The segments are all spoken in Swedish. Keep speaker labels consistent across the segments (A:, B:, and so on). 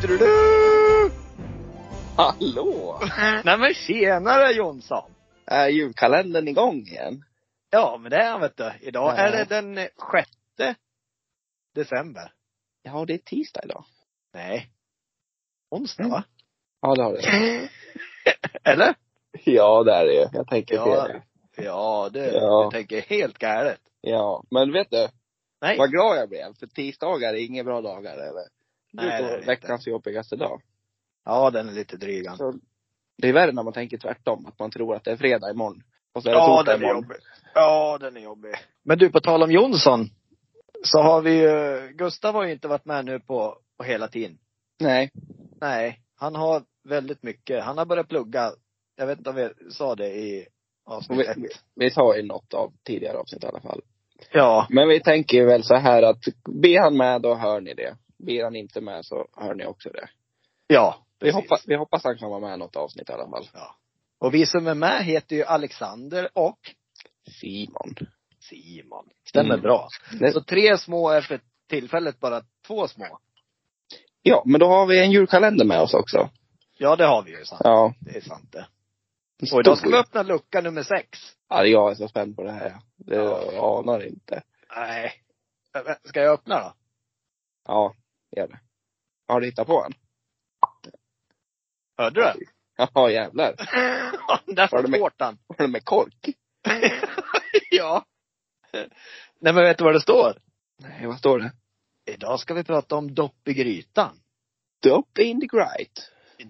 A: Trudeludu!
B: Hallå!
A: Nej men tjenare Jonsson!
B: Är julkalendern igång igen?
A: Ja men det är han vet du. Idag
B: Ja.
A: är det den eh, sjätte december.
B: Ja, det är tisdag idag.
A: Nej. Onsdag va?
B: Ja, det har det.
A: Eller?
B: Ja, det är det ju. Jag tänker
A: Ja.
B: fel.
A: Ja, det,
B: Ja.
A: du tänker helt galet.
B: Ja. Men vet du,
A: Nej.
B: vad glad jag blev. För tisdagar är inga bra dagar eller? Det
A: Nej, det är
B: är
A: det
B: veckans jobbigaste dag.
A: Ja, den är lite dryg. alltså. han.
B: Så det är värre när man tänker tvärtom. Att man tror att det är fredag imorgon. Och så är det
A: Ja,
B: torsdag
A: den är
B: imorgon.
A: jobbig. Ja, den är jobbig. Men du, på tal om Jonsson. Så har vi ju, Gustav har ju inte varit med nu på, på hela tiden.
B: Nej.
A: Nej, han har väldigt mycket. Han har börjat plugga. Jag vet inte om vi sa det i avsnitt
B: Vi-
A: ett.
B: Vi tar ju något av tidigare avsnitt i alla fall.
A: Ja,
B: Men vi tänker ju väl så här att blir han med då hör ni det. Blir han inte med så hör ni också det.
A: ja.
B: Vi
A: precis.
B: hoppas, vi hoppas han kan vara med i något avsnitt i alla fall.
A: Och vi som är med heter ju Alexander och
B: Simon.
A: Simon. Stämmer
B: Mm.
A: bra.
B: Det-
A: Så tre små är för tillfället bara två små.
B: Ja, men då har vi en julkalender med oss också.
A: Ja, det har vi ju. Sant.
B: Ja.
A: Det är sant det.
B: en
A: Och idag ska
B: stor.
A: vi öppna lucka nummer sex.
B: Ja, jag är så spänd på det här. Det
A: Ja.
B: jag anar inte.
A: Nej. Äh, Ska jag öppna då?
B: Ja, gör det. Har du hittat på en?
A: Hörde du den?
B: Ja, jävlar.
A: Där
B: Var det
A: satt
B: med-
A: tårtan.
B: Var det med kork?
A: ja. Nej men vet du vad det står?
B: Nej, vad står det?
A: Idag ska vi prata om dopp i grytan.
B: Dope in the grite.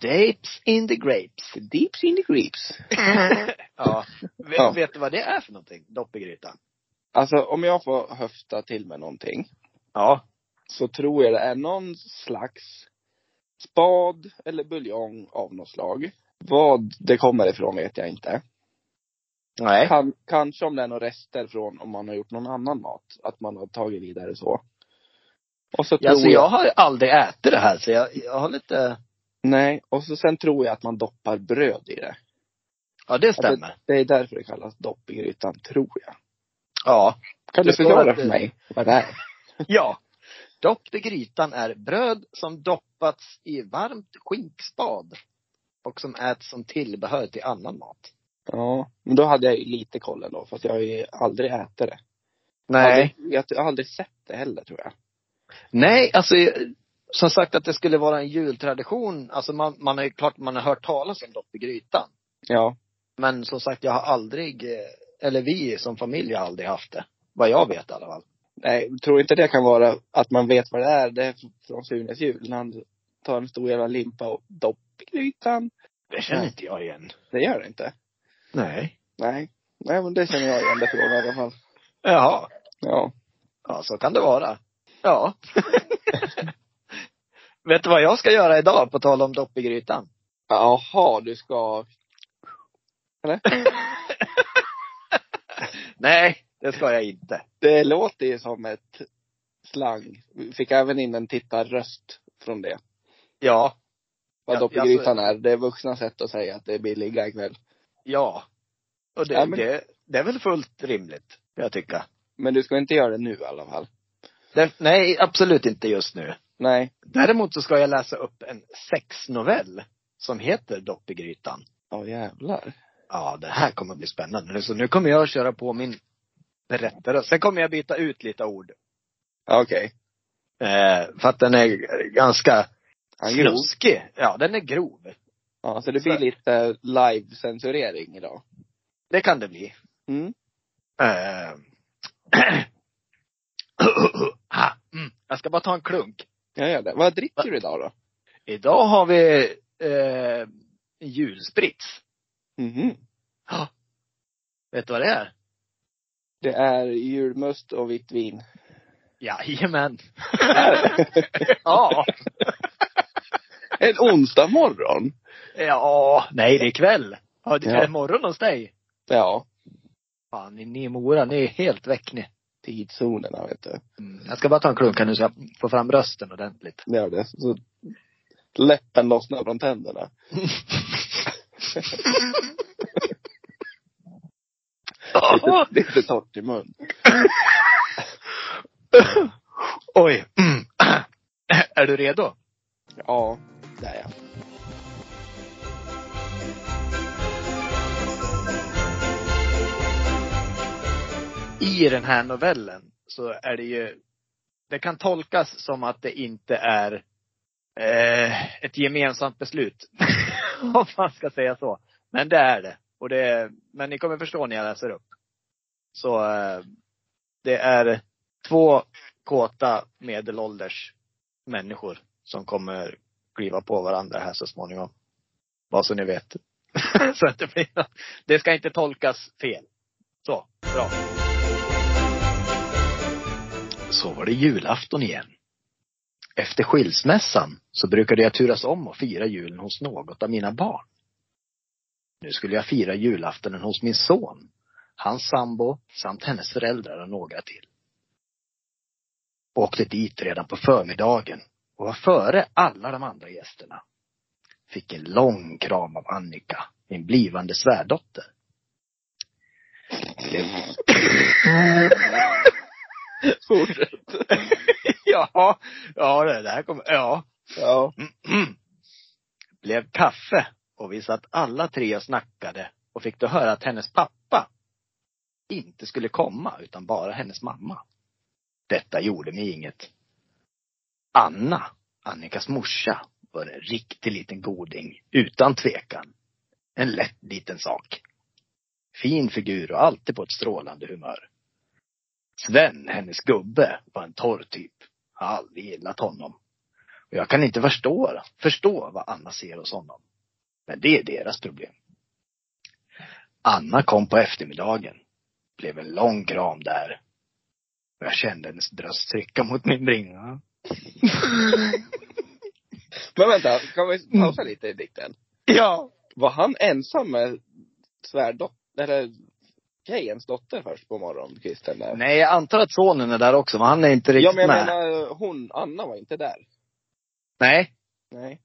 A: Dapes in the grapes.
B: Deeps in the greeps.
A: ja. Vet,
B: Ja.
A: vet du vad det är för någonting? Dopp i grytan?
B: Alltså, om jag får höfta till med någonting
A: Ja.
B: så tror jag det är någon slags spad eller buljong av något slag. Vad det kommer ifrån vet jag inte.
A: Nej.
B: Kan, kanske om det är några rester från om man har gjort någon annan mat. Att man har tagit vidare så. Och så
A: Alltså
B: tror jag,
A: jag har aldrig ätit det här så jag, jag har lite,
B: Nej, och så sen tror jag att man doppar bröd i det.
A: ja det
B: Ja, det-
A: stämmer.
B: Det är därför det kallas dopp i grytan, tror jag.
A: Ja.
B: Kan du
A: Det står
B: förklara
A: att det-
B: för mig vad det är?
A: Ja. Dopp i grytan är bröd som doppats i varmt skinkspad och som äts som tillbehör till annan mat.
B: Ja, men då hade jag ju lite koll ändå, fast jag har ju aldrig ätit det. Aldrig, jag, jag har aldrig sett det heller tror jag.
A: Nej, alltså som sagt att det skulle vara en jultradition. Alltså man, man har ju klart man har hört talas om dopp i grytan.
B: Ja.
A: Men som sagt, jag har aldrig, eh, eller vi som familj har aldrig haft det. Vad jag vet i alla fall.
B: Nej, tror inte det kan vara att man vet vad det är. Det är från Sunes jul när han tar en stor jävla limpa och dopp i grytan.
A: Det
B: känner
A: inte jag igen.
B: Det gör det inte.
A: Nej.
B: Nej. Nej men det känner jag igen det från i alla fall.
A: Jaha.
B: Ja.
A: Ja, så kan det vara. Ja. vet du vad jag ska göra idag, på tal om dopp i grytan?
B: Jaha, du ska...
A: Nej, det ska jag inte.
B: Det låter ju som ett slang. Vi fick även in en tittarröst från det.
A: Ja.
B: Vad
A: Ja,
B: dopp i
A: alltså-
B: grytan är. Det är vuxna sätt att säga att det är billiga ikväll.
A: Ja. Och det,
B: Ja, men-
A: det, det är väl fullt rimligt, kan jag tycka.
B: Men du ska inte göra det nu i alla fall.
A: Det, nej, absolut inte just nu.
B: Nej.
A: Däremot så ska jag läsa upp en sexnovell som heter Dopp i grytan.
B: Ja jävlar.
A: Ja, det här kommer bli spännande. Så nu kommer jag köra på min berättare. Sen kommer jag byta ut lite ord.
B: Ja, Okej.
A: Eh, för att den är ganska
B: Han är grov.
A: snuskig. Ja, den är grov.
B: Ja, så det blir
A: Så-
B: lite live-censurering idag.
A: Det kan det bli.
B: Mm.
A: Eh. Ah, mm. jag ska bara ta en klunk.
B: Jag gör det. Vad dricker du idag då?
A: Idag har vi eh, julsprits.
B: Mhm.
A: Vet du vad det är?
B: Det är julmust och vitt vin.
A: Jajamän. ja.
B: en onsdag morgon?
A: Ja, nej det är kväll. Ja, det är
B: Ja.
A: morgon hos dig.
B: Ja.
A: Fan, ni- ni i Mora, ni är helt väck ni.
B: Tidszonerna vet du.
A: Mm. Jag ska bara ta en klunk här nu så jag får fram rösten ordentligt.
B: Det gör det. Så läppen lossnar från tänderna.
A: Åh!
B: Det är lite torrt i mun.
A: Oj. Mm. Är du redo?
B: Ja, det är jag.
A: I den här novellen så är det ju, det kan tolkas som att det inte är eh, ett gemensamt beslut. Om man ska säga så. Men det är det. Och det är, men ni kommer förstå när jag läser upp. Så eh, det är två kåta medelålders människor som kommer kliva på varandra här så småningom. Bara så ni vet. så att det, blir, det ska inte tolkas fel. Så, bra. Så var det julafton igen. Efter skilsmässan så brukade jag turas om att fira julen hos något av mina barn. Nu skulle jag fira julaftonen hos min son, hans sambo samt hennes föräldrar och några till. Åkte dit redan på förmiddagen och var före alla de andra gästerna. Fick en lång kram av Annika, min blivande svärdotter.
B: Fortsätt.
A: ja, ja det det här kommer, ja.
B: Ja.
A: Blev kaffe och vi satt alla tre och snackade och fick då höra att hennes pappa inte skulle komma utan bara hennes mamma. Detta gjorde mig inget. Anna, Annikas morsa, var en riktig liten goding, utan tvekan. En lätt liten sak. Fin figur och alltid på ett strålande humör. Sven, hennes gubbe, var en torr typ. Jag har aldrig gillat honom. Och jag kan inte förstå, förstå vad Anna ser hos honom. Men det är deras problem. Anna kom på eftermiddagen. Blev en lång kram där. Och jag kände hennes bröst trycka mot min bringa.
B: Men vänta, kan vi pausa lite i dikten?
A: Ja.
B: Var han ensam med svärdotter, eller tjejens dotter först på morgonkvisten där?
A: Nej, jag antar att sonen är där också, men han är inte
B: Ja
A: riktigt
B: men
A: med.
B: jag menar, hon, Anna var inte där.
A: Nej,
B: Nej.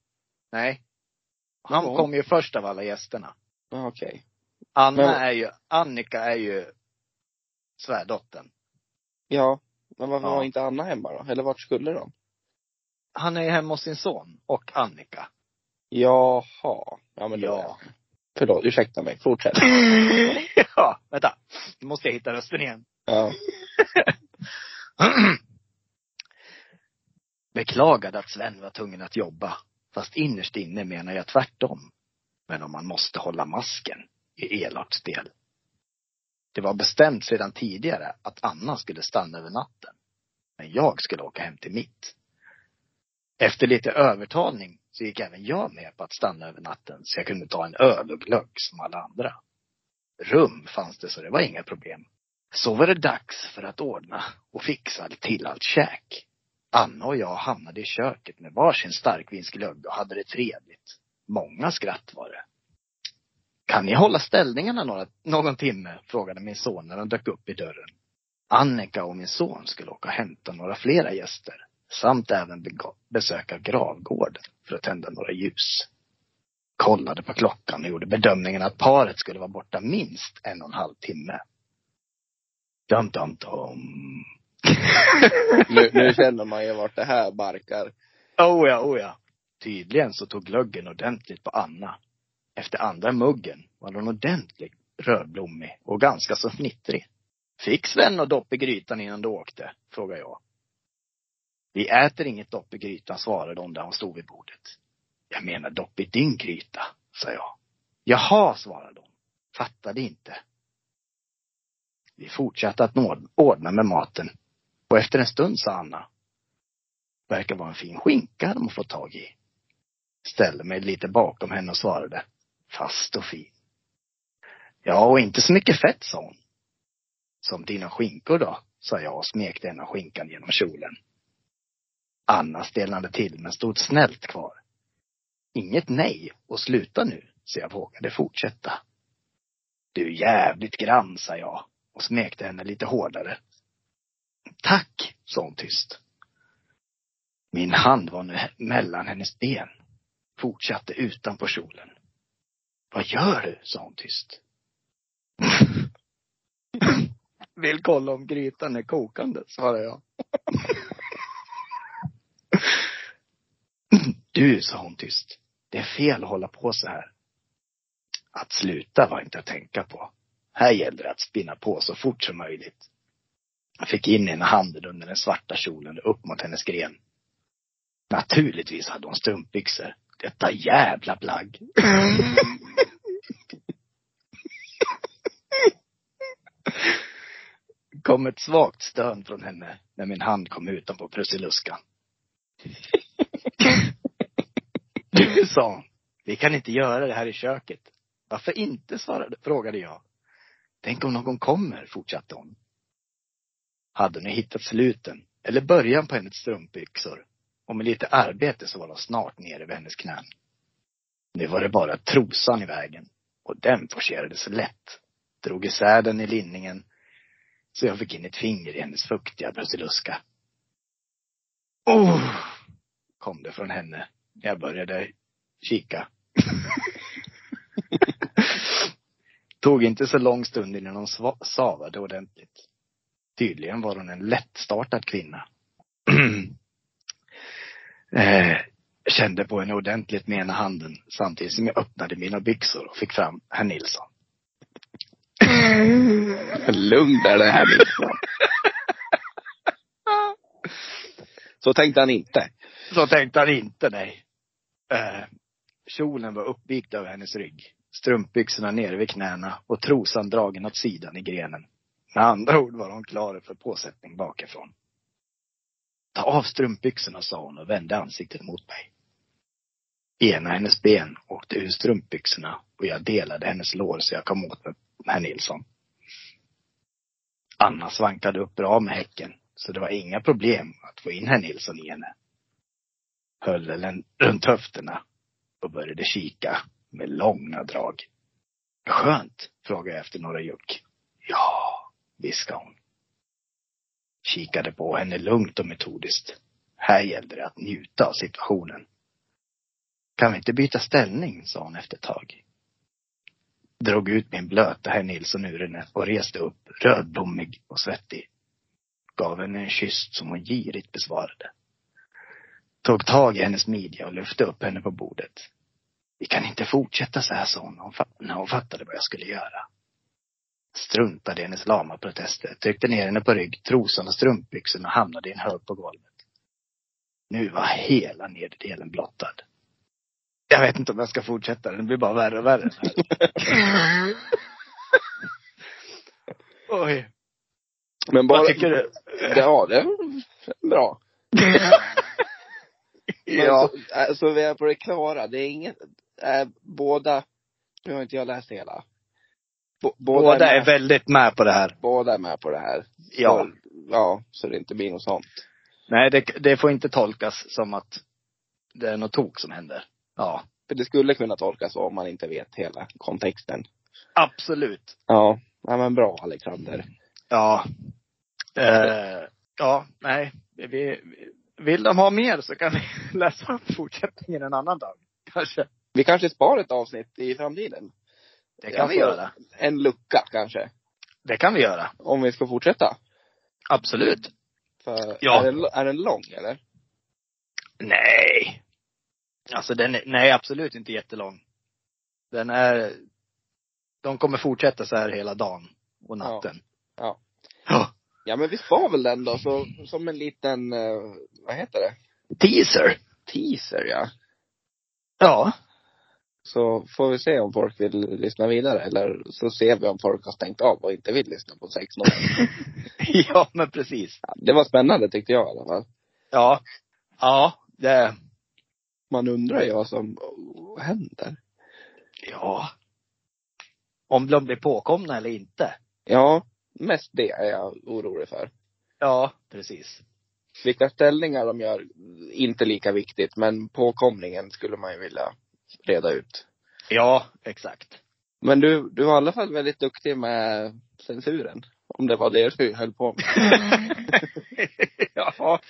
A: nej. Han
B: Ja.
A: kom ju först av alla gästerna.
B: Ja, Ah, Okej.
A: Anna
B: Men-
A: är ju, Annika är ju svärdottern.
B: Ja. Men varför
A: Ja.
B: var inte Anna hemma då? Eller vart skulle de?
A: Han är ju hemma hos sin son och Annika.
B: Jaha. Ja men då
A: Ja.
B: är jag. Förlåt, ursäkta mig. Fortsätt.
A: ja, vänta. Nu måste jag hitta rösten igen.
B: Ja.
A: Beklagade att Sven var tvungen att jobba. Fast innerst inne menar jag tvärtom. Men om man måste hålla masken är elakt spel. Det var bestämt sedan tidigare att Anna skulle stanna över natten. Men jag skulle åka hem till mitt. Efter lite övertalning så gick även jag med på att stanna över natten så jag kunde ta en öl och glögg som alla andra. Rum fanns det så det var inga problem. Så var det dags för att ordna och fixa till allt käk. Anna och jag hamnade i köket med varsin starkvinsglögg och hade det trevligt. Många skratt var det. Kan ni hålla ställningarna några, någon timme? frågade min son när han dök upp i dörren. Annika och min son skulle åka och hämta några flera gäster. Samt även bega- besöka gravgården för att tända några ljus. Kollade på klockan och gjorde bedömningen att paret skulle vara borta minst en och en halv timme. Dum, dum, dum.
B: Nu, nu känner man ju vart det här barkar.
A: Oh ja, oh ja. Tydligen så tog glöggen ordentligt på Anna. Efter andra muggen var hon ordentligt rödblommig och ganska så fnittrig. Fick Sven och dopp i grytan innan du åkte? frågade jag. Vi äter inget dopp i grytan, svarade hon där hon stod vid bordet. Jag menar dopp i din gryta, sa jag. Jaha, svarade hon. Fattade inte. Vi fortsatte att nå- ordna med maten. Och efter en stund sa Anna, verkar vara en fin skinka de har fått tag i. Ställde mig lite bakom henne och svarade, fast och fin. Ja, och inte så mycket fett, sa hon. Som dina skinkor då, sa jag och smekte ena skinkan genom kjolen. Anna stelnade till men stod snällt kvar. Inget nej och sluta nu, så jag vågade fortsätta. Du är jävligt grann, sa jag och smekte henne lite hårdare. Tack, sa hon tyst. Min hand var nu mellan hennes ben. Fortsatte utanpå kjolen. Vad gör du? sa hon tyst. Vill kolla om grytan är kokande, svarade jag. Du, sa hon tyst, det är fel att hålla på så här. Att sluta var inte att tänka på. Här gällde det att spinna på så fort som möjligt. Jag fick in ena handen under den svarta kjolen upp mot hennes gren. Naturligtvis hade hon strumpbyxor. Detta jävla plagg. kom ett svagt stön från henne när min hand kom utanpå prusseluskan. Du, sa hon, vi kan inte göra det här i köket. Varför inte, svarade, frågade jag. Tänk om någon kommer, fortsatte hon. Hade ni hittat sluten, eller början på hennes strumpbyxor, och med lite arbete så var de snart nere vid hennes knän. Nu var det bara trosan i vägen, och den forcerades lätt. Drog isär den i linningen, så jag fick in ett finger i hennes fuktiga brasiluska. Oh! kom det från henne när jag började kika. Tog inte så lång stund innan hon sva- savade ordentligt. Tydligen var hon en lättstartad kvinna. eh, kände på henne ordentligt med ena handen samtidigt som jag öppnade mina byxor och fick fram herr Nilsson.
B: Lugn där det här Nilsson. Så tänkte han inte.
A: Så tänkte han inte, nej. Eh, kjolen var uppvikt över hennes rygg. Strumpbyxorna nere vid knäna och trosan dragen åt sidan i grenen. Med andra ord var hon klar för påsättning bakifrån. Ta av strumpbyxorna, sa hon och vände ansiktet mot mig. Ena hennes ben åkte ur strumpbyxorna och jag delade hennes lår så jag kom åt med herr Nilsson. Anna svankade upp bra med häcken, så det var inga problem att få in herr Nilsson i henne höll den runt höfterna och började kika med långa drag. Skönt, frågade jag efter några juck. Ja, viskade hon. Kikade på henne lugnt och metodiskt. Här gällde det att njuta av situationen. Kan vi inte byta ställning, sa hon efter ett tag. Drog ut min blöta herr Nilsson ur henne och reste upp, rödblommig och svettig. Gav henne en kyss som hon girigt besvarade tog tag i hennes midja och lyfte upp henne på bordet. Vi kan inte fortsätta så här, sa hon när hon fa- när hon fattade vad jag skulle göra. Struntade i hennes lama protester, tryckte ner henne på rygg, trosan och strumpbyxorna hamnade i en hög på golvet. Nu var hela nederdelen blottad. Jag vet inte om jag ska fortsätta, det blir bara värre och värre. Oj,
B: Men bara,
A: vad tycker du?
B: Ja, det är bra. Men
A: Ja,
B: Så, äh, så vi är på det klara. Det är inget, äh, båda, nu har inte jag läst hela. Bo, båda,
A: båda är
B: med,
A: väldigt med på det här.
B: båda är med på det här.
A: Ja.
B: Så, ja, så det inte blir något sånt.
A: Nej, det, det får inte tolkas som att det är något tok som händer. Ja,
B: För det skulle kunna tolkas så om man inte vet hela kontexten.
A: absolut.
B: Ja, ja men bra Alexander.
A: Ja. Eh, ja, nej. Vi- Vi, vill de ha mer så kan vi läsa upp fortsättningen en annan dag. Kanske.
B: Vi kanske sparar ett avsnitt i framtiden.
A: Det kan vi
B: Alltså-
A: göra.
B: En lucka kanske.
A: Det kan vi göra.
B: Om vi ska fortsätta.
A: Absolut.
B: För
A: Ja.
B: är, den, är den lång eller?
A: Nej. Alltså den är, nej absolut inte jättelång. Den är, de kommer fortsätta så här hela dagen och natten.
B: Ja.
A: Ja.
B: Ja men vi spar väl den då, så, som en liten, eh, vad heter det?
A: Teaser.
B: Teaser ja.
A: Ja.
B: Så får vi se om folk vill lyssna vidare eller så ser vi om folk har stängt av och inte vill lyssna på 16
A: ja men precis.
B: Det var spännande tyckte jag i alla fall.
A: Ja. Ja, det...
B: Man undrar ju vad som vad händer.
A: Ja. Om de blir påkomna eller inte.
B: Ja, mest det är jag orolig för.
A: Ja, precis.
B: Vilka ställningar de gör, inte lika viktigt, men påkomningen skulle man ju vilja reda ut.
A: Ja, exakt.
B: Men du, du var i alla fall väldigt duktig med censuren. Om det var det du höll på med.
A: ja.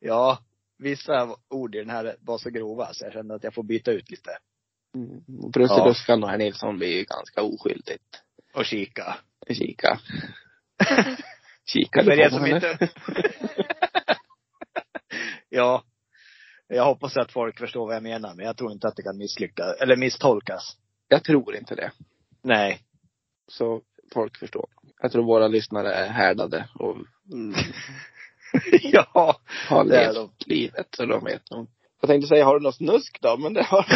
A: Ja. Vissa ord i den här var så grova så jag kände att jag får byta ut lite.
B: Mm. Brusseluskan och herr Nilsson blir ju ganska oskyldigt.
A: Och kika.
B: Kika. Kikade
A: För
B: du
A: er
B: på
A: som
B: henne?
A: inte... ja. Eh, Jag hoppas att folk förstår vad jag menar, men jag tror inte att det kan misslyckas, eller misstolkas.
B: Jag tror inte det.
A: Nej.
B: Så folk förstår. Jag tror våra lyssnare är härdade och mm,
A: ja,
B: har
A: det är
B: levt
A: de.
B: livet så de vet nog. Jag tänkte säga, har du något snusk då? Men det har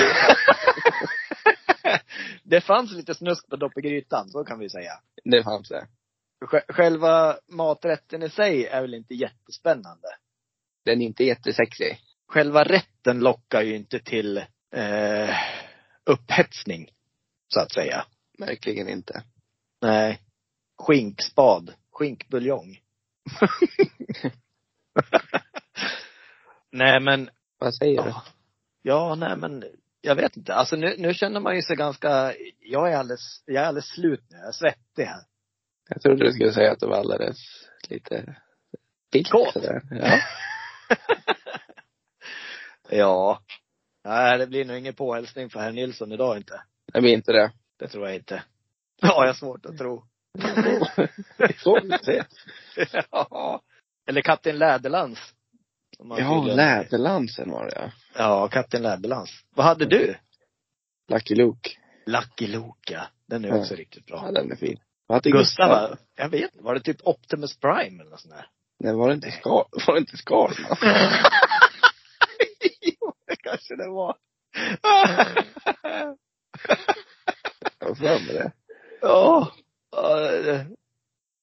A: Det fanns lite snusk på dopp i grytan, så kan vi säga.
B: Det fanns det.
A: Sj- Själva maträtten i sig är väl inte jättespännande.
B: Den är inte jättesexig.
A: Själva rätten lockar ju inte till eh, upphetsning, så att säga.
B: Verkligen inte.
A: Nej. Skinkspad. Skinkbuljong. nej men,
B: Vad säger du?
A: ja. ja nej men, jag vet inte. Alltså nu, nu känner man ju sig ganska, jag är alldeles, jag är alldeles slut nu. Jag är svettig här.
B: Jag trodde du skulle säga att du var alldeles lite vilt
A: Kåt.
B: sådär. Ja.
A: Ja. Nej, det blir nog ingen påhälsning för herr Nilsson idag inte.
B: Det blir inte det.
A: Det tror jag inte. Ja, jag har svårt att tro.
B: Så vi ser.
A: ja. Eller katten Läderlands. Om man
B: Ja,
A: vill-
B: Läderlansen var det ja.
A: Ja, katten Läderlands. Vad hade du?
B: Lucky Luke.
A: Lucky Luke, ja. Den är också riktigt bra.
B: Ja, den är fin. Vad hade
A: Gustav, va? jag vet inte, var det typ Optimus Prime eller nåt sånt där?
B: Nej, var det inte Skal? Var det inte Skalman?
A: jo, det kanske det var.
B: Jag har för mig det.
A: ja. ja, det-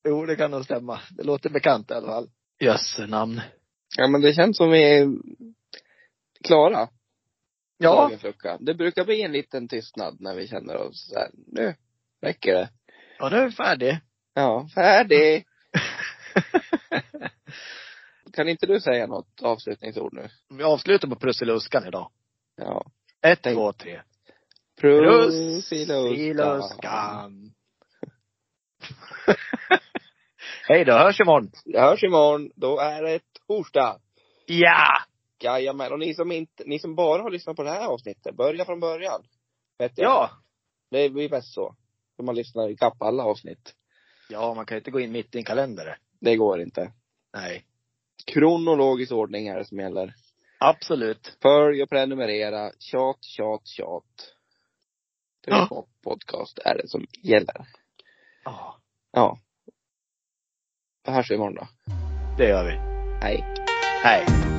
A: Jo, det kan nog stämma. Det låter bekant i alla fall. Jössenamn.
B: Ja, men det känns som vi är klara.
A: Ja,
B: dagens lucka. Det brukar bli en liten tystnad när vi känner oss så här, nu räcker det.
A: ja nu är vi färdig.
B: Ja, färdig. Kan inte du säga något avslutningsord nu?
A: Vi avslutar på Prussiluskan idag.
B: Ja.
A: Ett,
B: Tänk-
A: två, tre.
B: Prussiluskan.
A: Prussiluskan. Hej då, hörs imorgon.
B: Det hörs imorgon. Då är det torsdag.
A: Ja!
B: Jajamän. Och ni som, inte, ni som bara har lyssnat på det här avsnittet, börja från början. Vet jag.
A: Ja!
B: Det blir bäst så. För man lyssnar ikapp alla avsnitt.
A: Ja, man kan ju inte gå in mitt i en kalender.
B: Det går inte.
A: Nej.
B: Kronologisk ordning är det som gäller.
A: Absolut.
B: Följ och prenumerera. Tjat, tjat, tjat. Det
A: Ja.
B: är podcast är det som gäller.
A: Ja,
B: Ja. Då hörs vi imorgon då.
A: det gör vi.
B: Hej.
A: Hej.